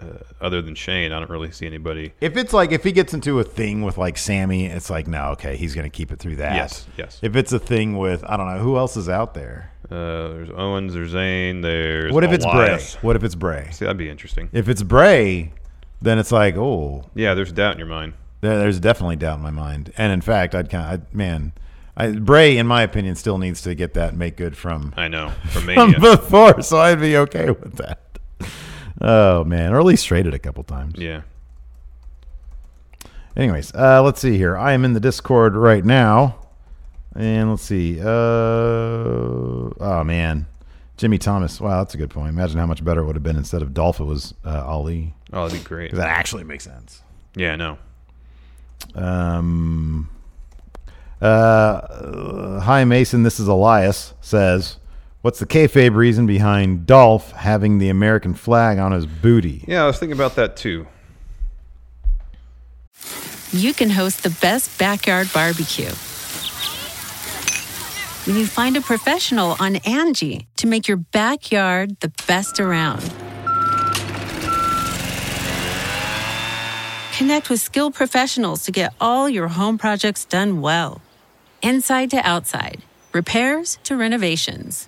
uh, other than Shane, I don't really see anybody.
If it's like if he gets into a thing with like Sammy, it's like no, okay, he's gonna keep it through that.
Yes, yes.
If it's a thing with I don't know who else is out there.
Uh, there's Owens, there's Zayn, there's
what if it's
Elias.
Bray? What if it's Bray?
See, that'd be interesting.
If it's Bray, then it's like oh,
Yeah, there's doubt in your mind.
there, there's definitely doubt in my mind. And in fact, I'd kind of man, I, Bray, in my opinion, still needs to get that make good from
I know from
*laughs* from
Mania.
before, so I'd be okay with that. Oh man, or at least trade it a couple times.
yeah.
Anyways, uh, let's see here. I am in the Discord right now, and let's see. Uh, oh man, Jimmy Thomas. Wow, that's a good point. Imagine how much better it would have been instead of Dolph. It was uh, Ali.
Oh, that'd be great.
'Cause That actually makes sense.
Yeah, no.
Um, uh, hi Mason. This is Elias. Says, what's the kayfabe reason behind Dolph having the American flag on his booty?
Yeah, I was thinking about that too.
you can host the best backyard barbecue. When you find a professional on Angie to make your backyard the best around. Connect with skilled professionals to get all your home projects done well. Inside to outside, repairs to renovations.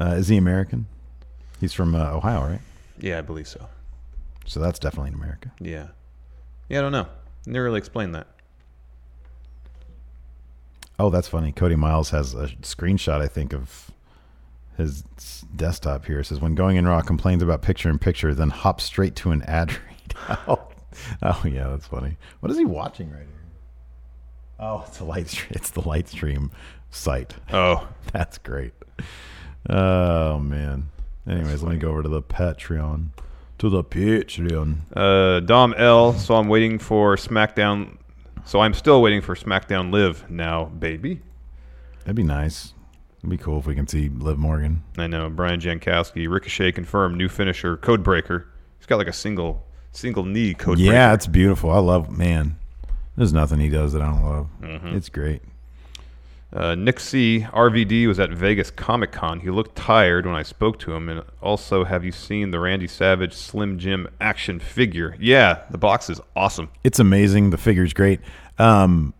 Uh, is he American? He's from uh, Ohio, right?
Yeah, I believe so.
So that's definitely in America.
Yeah. Yeah, I don't know. Never really explained that.
Oh, that's funny. Cody Miles has a screenshot, I think, of his s- desktop here. It says, when going in raw, complains about picture in picture, then hops straight to an ad *laughs* read. oh, oh, yeah, that's funny. What is he watching right here? Oh, it's a light. stre- It's the light stream site. *laughs*
Oh,
That's great. Oh man. Anyways, let me go over to the Patreon. To the Patreon.
Uh, Dom L. So I'm waiting for SmackDown. So I'm still waiting for SmackDown Live now, baby.
That'd be nice. It'd be cool if we can see Liv Morgan.
I know Brian Jankowski, Ricochet confirmed new finisher, Codebreaker. He's got like a single single knee code.
yeah, it's beautiful. I love man. There's nothing he does that I don't love.
Mhm.
It's great.
Uh, Nick C. RVD was at Vegas Comic Con. He looked tired when I spoke to him. And also, have you seen the Randy Savage Slim Jim action figure? Yeah, the box is awesome.
It's amazing. The figure's great. Um,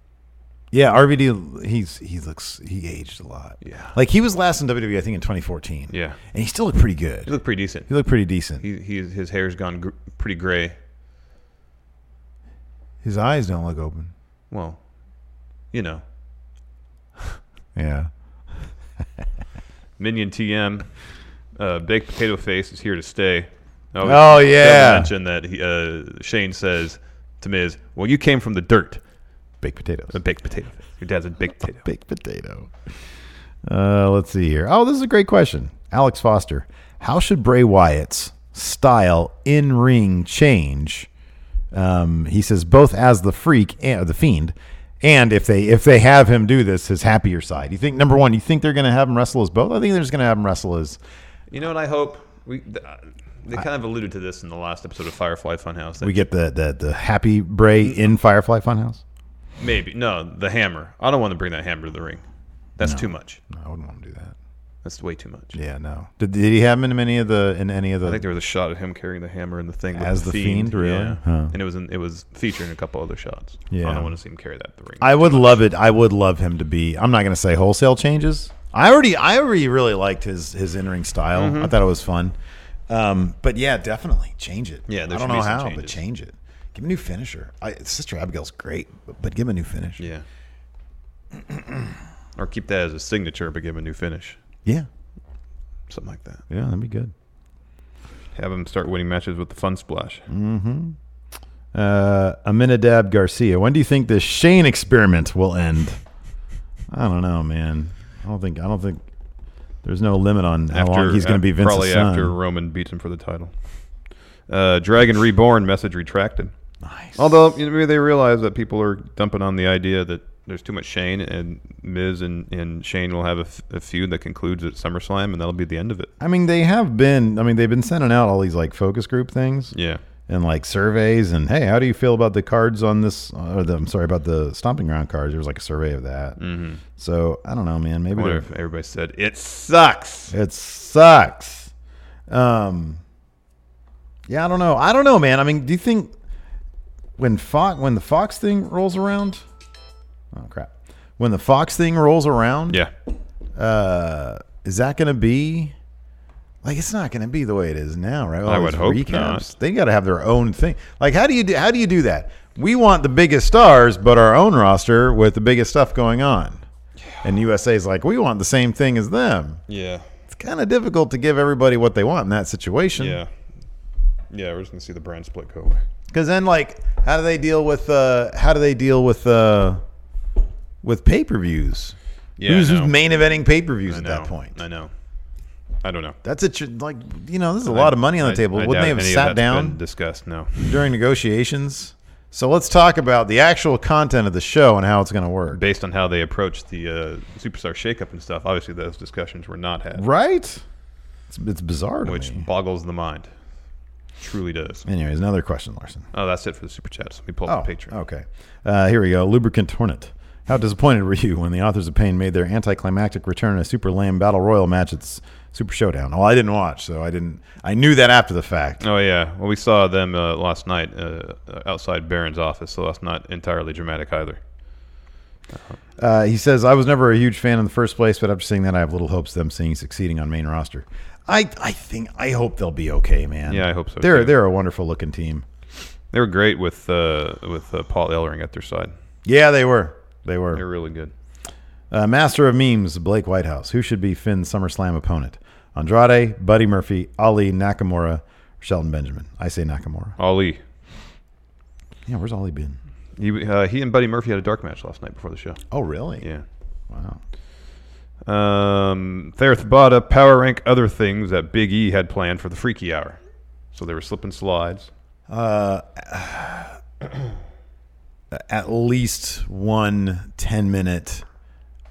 yeah, RVD. He's he looks he aged a lot. Yeah, like he was last in WWE I think in 2014.
Yeah.
and he still looked pretty good.
He looked pretty decent.
He looked pretty decent.
He, he his hair's gone gr- pretty gray.
His eyes don't look open.
Well, you know,
Yeah.
Minion TM, uh, Baked Potato Face is here to stay. I was-
Oh,
I was gonna
yeah.
mention that he, uh, Shane says to Miz, "Well, you came from the dirt,
baked potatoes.
A baked potato. face. Your dad's a baked potato.
baked potato. Uh, let's see here. Oh, this is a great question. Alex Foster. How should Bray Wyatt's style in ring change? Um, he says both as the freak and the fiend, and if they if they have him do this, his happier side. You think number one, you think they're going to have him wrestle as both? I think they're just going to have him wrestle as
You know what I hope we th- uh, they kind of alluded to this in the last episode of Firefly Funhouse. That
we get the the the happy Bray in Firefly Funhouse.
maybe no the hammer. I don't want to bring that hammer to the ring. That's too much.
No, I wouldn't want to do that.
That's way too much.
Yeah, no. Did, did he have him in any of the in any of the?
I think there was a shot of him carrying the hammer and the thing with
As the Fiend, really?
yeah.
Huh.
And it was in, it was featured in a couple other shots. I
Yeah.
don't want to see him carry that to the ring.
I would love it. I would love him to be. I'm not going to say wholesale changes. I already, I already really liked his his in ring style.
Mhm.
I thought it was fun. Um, but yeah, definitely change it.
Yeah, there
I
should
don't know
be some
how, but
changes.
change it. Give him a new finisher. I, Sister Abigail's great, but, but give him a new finish.
Yeah. Or keep that as a signature, but give him a new finish.
Yeah.
Something like that.
Yeah, that'd be good.
Have him start winning matches with the Fun Splash.
Mm-hmm. Uh, Aminadab Garcia. When do you think this Shane experiment will end? I don't know, man. I don't think. I don't think. There's no limit on how long he's going to be Vince's
uh, Probably
son.
after Roman beats him for the title. Uh, Dragon Reborn message retracted. Nice. Although you know, maybe they realize that people are dumping on the idea that there's too much Shane and Miz and, and Shane will have a, f- a feud that concludes at SummerSlam and that'll be the end of it.
I mean, they have been. I mean, they've been sending out all these like focus group things.
Yeah.
And like surveys and hey, how do you feel about the cards on this? Or the, I'm sorry about the stomping ground cards. There was like a survey of that.
Mhm.
So I don't know, man.
I
Maybe
wonder
they're-
if everybody said it sucks.
it sucks. Um, yeah, I don't know. I don't know, man. I mean, do you think when Fox when the Fox thing rolls around? Oh crap! When the Fox thing rolls around,
Yeah.
uh, is that going to be like it's not going to be the way it is now, right?
I
these
would hope not.
They got to have their own thing. Like, how do you do? How do you do that? We want the biggest stars, but our own roster with the biggest stuff going on. And USA's like, we want the same thing as them
Yeah.
it's kind of difficult to give everybody what they want in that situation.
Yeah. Yeah, we're just gonna see the brand split go away.
Because then, like, how do they deal with uh, how do they deal with uh, with pay per views?
Yeah, I
who's, who's
know.
main eventing pay per views
I
at
know.
that point?
I know. I don't know.
That's a tr- like you know, there's a lot of money on the
I-
table.
I
Wouldn't
doubt
they have
any of
sat
that's
down
been discussed? No.
during negotiations? So let's talk about the actual content of the show and how it's going to work.
based on how they approached the uh, superstar shakeup and stuff, obviously those discussions were not had,
Right? It's, it's bizarre to
which
me.
boggles the mind. Truly does.
Anyways, another question, Larson. Oh,
Oh, that's it for the super chats. Let me pull up the picture.
Okay. Uh, here we go. Lubricant Hornet. How disappointed were you when the Authors of Pain made their anticlimactic return in a super lame battle royal match at S- Super Showdown? Well, I didn't watch, so I didn't. I knew that after the fact.
Oh yeah. Well, we saw them uh, last night uh, outside Baron's office, so that's not entirely dramatic either.
Uh, he says, "I was never a huge fan in the first place, but after seeing that, I have little hopes of them seeing succeeding on main roster. I, I think I hope they'll be okay, man.
Yeah, I hope so,
They're
too.
they're a wonderful looking team.
They were great with uh, with uh, Paul Ellering at their side.
Yeah, they were. They were.
They're really good.
Uh, master of memes, Blake Whitehouse. Who should be Finn's SummerSlam opponent? Andrade, Buddy Murphy, Ali, Nakamura, Shelton Benjamin. I say Nakamura.
Ali.
Yeah, where's Ali been?
He uh, he and Buddy Murphy had a dark match last night before the show.
Oh, really?
Yeah.
Wow.
Um, Therith Bada power rank other things that Big E had planned for the Freaky Hour. So they were slipping slides.
Uh, at least one 10 minute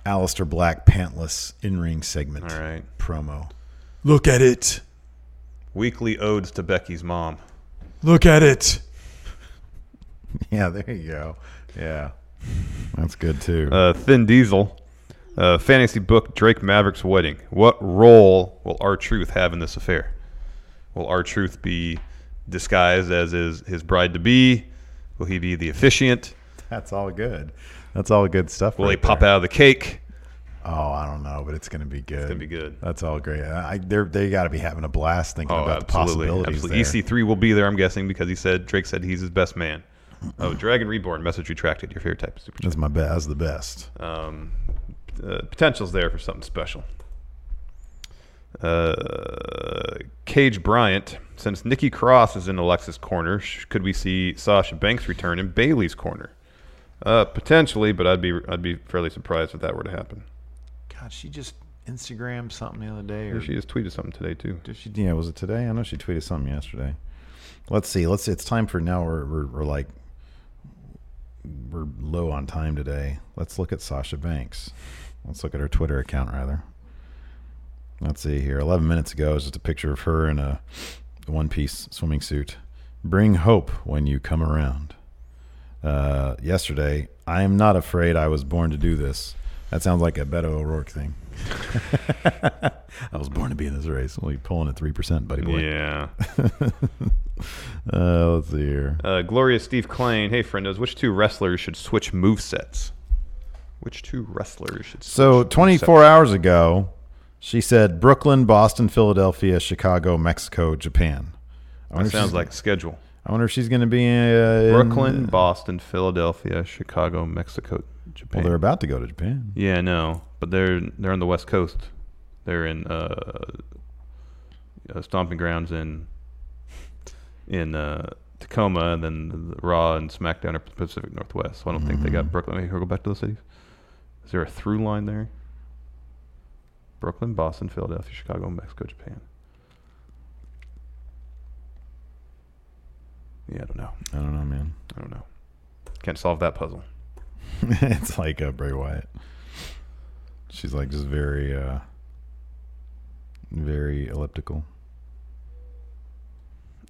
Alistair Black pantless in ring segment All right. promo.
Look at it.
Weekly odes to Becky's mom.
Look at it.
*laughs* Yeah, there you go. Yeah. That's good too.
Uh, Thin Diesel. Uh, fantasy book Drake Maverick's wedding. What role will our Truth have in this affair? Will our Truth be disguised as his, his bride to be? Will he be the officiant?
That's all good. That's all good stuff.
Will
right
he pop
there.
out of the cake?
Oh, I don't know, but it's going to be good. It's
gonna be good.
That's all great. I, I- they're, they got to be having a blast thinking about the possibilities.
Oh, absolutely.
there.
EC3 will be there, I'm guessing, because he said Drake said he's his best man. Oh, Dragon Reborn message retracted. Your favorite type of super.
That's my best. That's the best.
Um, uh, potential's there for something special. Uh, Cage Bryant. Since Nikki Cross is in Alexa's corner, sh- could we see Sasha Banks return in Bailey's corner? Uh, potentially, but I'd be I'd be fairly surprised if that were to happen.
God, she just Instagrammed something the other day. Or
She just tweeted something today too.
Did she? Yeah, was it today? I know she tweeted something yesterday. Let's see. Let's. It's time for now. We're we're, we're like we're low on time today. Let's look at Sasha Banks. Let's look at her Twitter account rather. Let's see here. Eleven minutes ago is just a picture of her in a one-piece swimming suit. Bring hope when you come around. Uh, yesterday, I am not afraid. I was born to do this. That sounds like a Beto O'Rourke thing. *laughs* I was born to be in this race. Well, you're pulling at three percent, buddy boy.
Yeah.
uh, let's see here.
Uh, Glorious Steve Klein. Hey, friendos, which two wrestlers should switch move sets? Which two wrestlers should switch
So
move
24
sets?
hours ago, she said Brooklyn, Boston, Philadelphia, Chicago, Mexico, Japan. I wonder
That
if
sounds
she's-
like a schedule.
I wonder if she's going to be uh,
Brooklyn,
In,
Boston, Philadelphia, Chicago, Mexico,
well,
Japan.
they're about to go to Japan.
yeah, no, but they're they're on the West Coast. They're in uh, uh, stomping grounds in in uh, Tacoma, and then the Raw and SmackDown are Pacific Northwest. So I don't think they got Brooklyn. Maybe we'll go back to those cities. Is there a through line there? Brooklyn, Boston, Philadelphia, Chicago, Mexico, Japan. Yeah, I don't know.
I don't know, man. *laughs*
I don't know. Can't solve that puzzle.
it's like uh, Bray Wyatt. She's like just very, uh, very elliptical.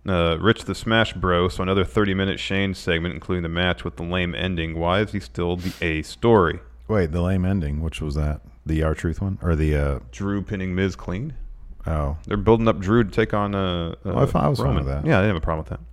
Uh, Rich the Smash Bro, so another 30 minute Shane segment, including the match with the lame ending. Why is he still the A story?
Wait, the lame ending. Which was that? The R Truth one or the? Uh,
Drew pinning Miz clean?
oh,
They're building up Drew to take on. Uh, uh,
I thought I was fine
Roman.
with that.
Yeah, I didn't have a problem with that.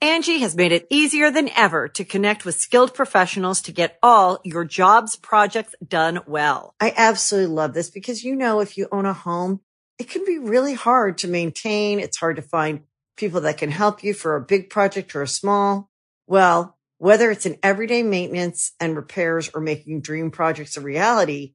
Angie has made it easier than ever to connect with skilled professionals to get all your jobs projects done well.
I absolutely love this because, you know, if you own a home, it can be really hard to maintain. It's hard to find people that can help you for a big project or a small. Well, whether it's in everyday maintenance and repairs or making dream projects a reality,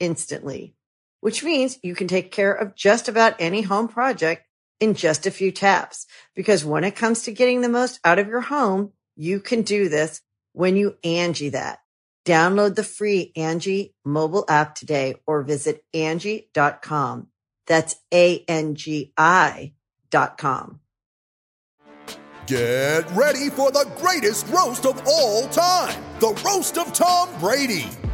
instantly, which means you can take care of just about any home project in just a few taps. Because when it comes to getting the most out of your home, you can do this when you Angie that. Download the free Angie mobile app today or visit Angie.com. That's A-N-G-I dot com.
Get ready for the greatest roast of all time the Roast of Tom Brady,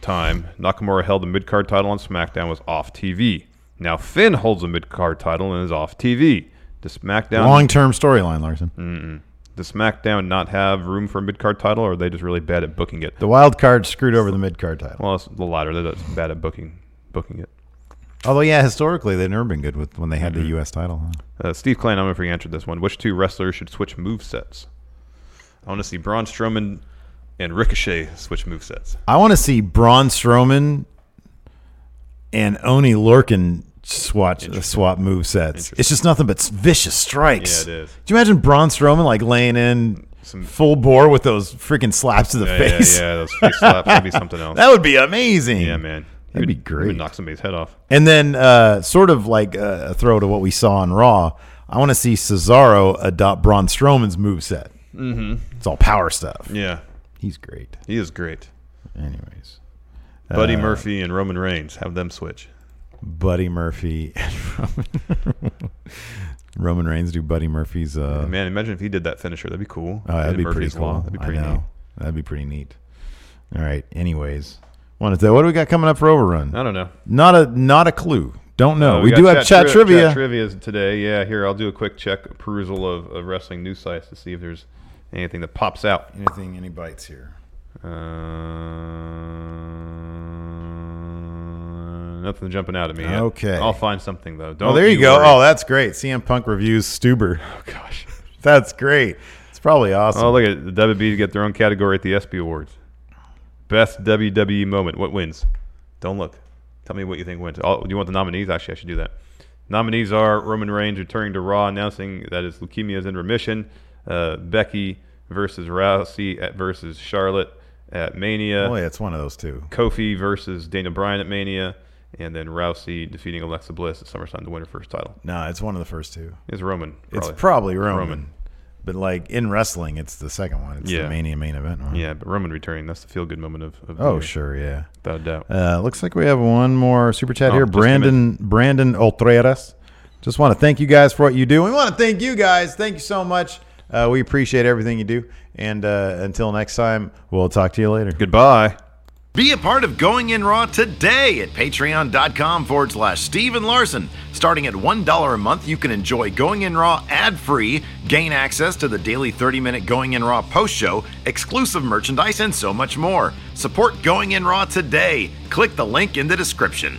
time, Nakamura held the mid card title on SmackDown was off TV. Now Finn holds the mid card title and is off TV. Does SmackDown
long-term storyline, Larson.
Mm-mm. Does SmackDown not have room for a mid card title, or are they just really bad at booking it?
The wild card screwed over the mid card title.
Well, it's the latter. They're just bad at booking booking it.
Although, yeah, historically they've never been good with when they had
Mm-hmm.
the U.S. title. Huh?
Uh, Steve Klein, I'm if he answered this one. Which two wrestlers should switch move sets? I want to see Braun Strowman and Ricochet switch move sets.
I want to see Braun Strowman and Oni Lorkin swatch uh, swap move sets. It's just nothing but s- vicious strikes.
Yeah, it is.
Do you imagine Braun Strowman like laying in full bore with those freaking slaps to the
yeah, yeah,
face?
yeah, those face slaps would be something
*laughs*
else.
that would be amazing.
Yeah, man. He
That'd be
would- he would
great.
knock somebody's head off.
And then, uh, sort of like uh, a throw to what we saw on Raw, I want to see Cesaro adopt Braun Strowman's moveset.
Mhm.
It's all power stuff.
Yeah.
He's great.
He is great.
Anyways.
Buddy
Uh,
Murphy and Roman Reigns, have them switch.
Buddy Murphy *laughs* and Roman, Roman Reigns do Buddy Murphy's. Uh,
Man, imagine if he did that finisher. That'd be cool.
oh, that'd
Buddy
be
Murphy's
pretty cool.
Law. That'd be pretty
I know.
neat.
That'd be pretty neat. All right. Anyways, wanted to, what do we got coming up for Overrun?
I don't know.
Not a not a clue. Don't know.
Uh,
Oh, we
got
do have chat,
tri-
trivia.
Chat trivia is today. Yeah, here I'll do a quick check perusal of, of wrestling news sites to see if there's anything that pops out.
Anything, any bites here?
Uh, nothing jumping out at me. yet.
Okay.
I'll find something though. Don't.
Oh, there you, go.
worry.
Oh, that's great. CM Punk reviews
*laughs*
Stuber. Oh gosh, that's great. It's probably awesome.
Oh, look at it. the WWE get their own category at the ESPY Awards. Best WWE moment. What wins? Don't look. Tell me what you think wins. Oh, you want the nominees? Actually, I should do that. Nominees are Roman Reigns returning to Raw, announcing that his leukemia is in remission. Uh, Becky versus Rousey at versus Charlotte at Mania.
Oh, yeah, it's one of those two.
Kofi versus Dana Bryan at Mania, and then Rousey defeating Alexa Bliss at SummerSlam to win her first title.
No, it's one of the first two.
It's Roman.
It's probably Roman. But like in wrestling, it's the second one. It's the Mania main event one.
Yeah, but Roman returning. That's the feel good moment of. of the
Oh,
year.
sure, yeah.
Without a doubt.
Uh, looks like we have one more super chat
Oh,
here.
just came in.
Brandon Brandon Otreras. Just want to thank you guys for what you do. We want to thank you guys. Thank you so much. Uh, we appreciate everything you do. And uh, until next time, we'll talk to you later.
Goodbye.
Be a part of Going In Raw
today at patreon.com forward slash Steven Larson. Starting at $1 a month, you can enjoy Going In Raw ad free, gain access to the daily 30 minute Going In Raw post show, exclusive merchandise, and so much more. Support Going In Raw today. Click the link in the description.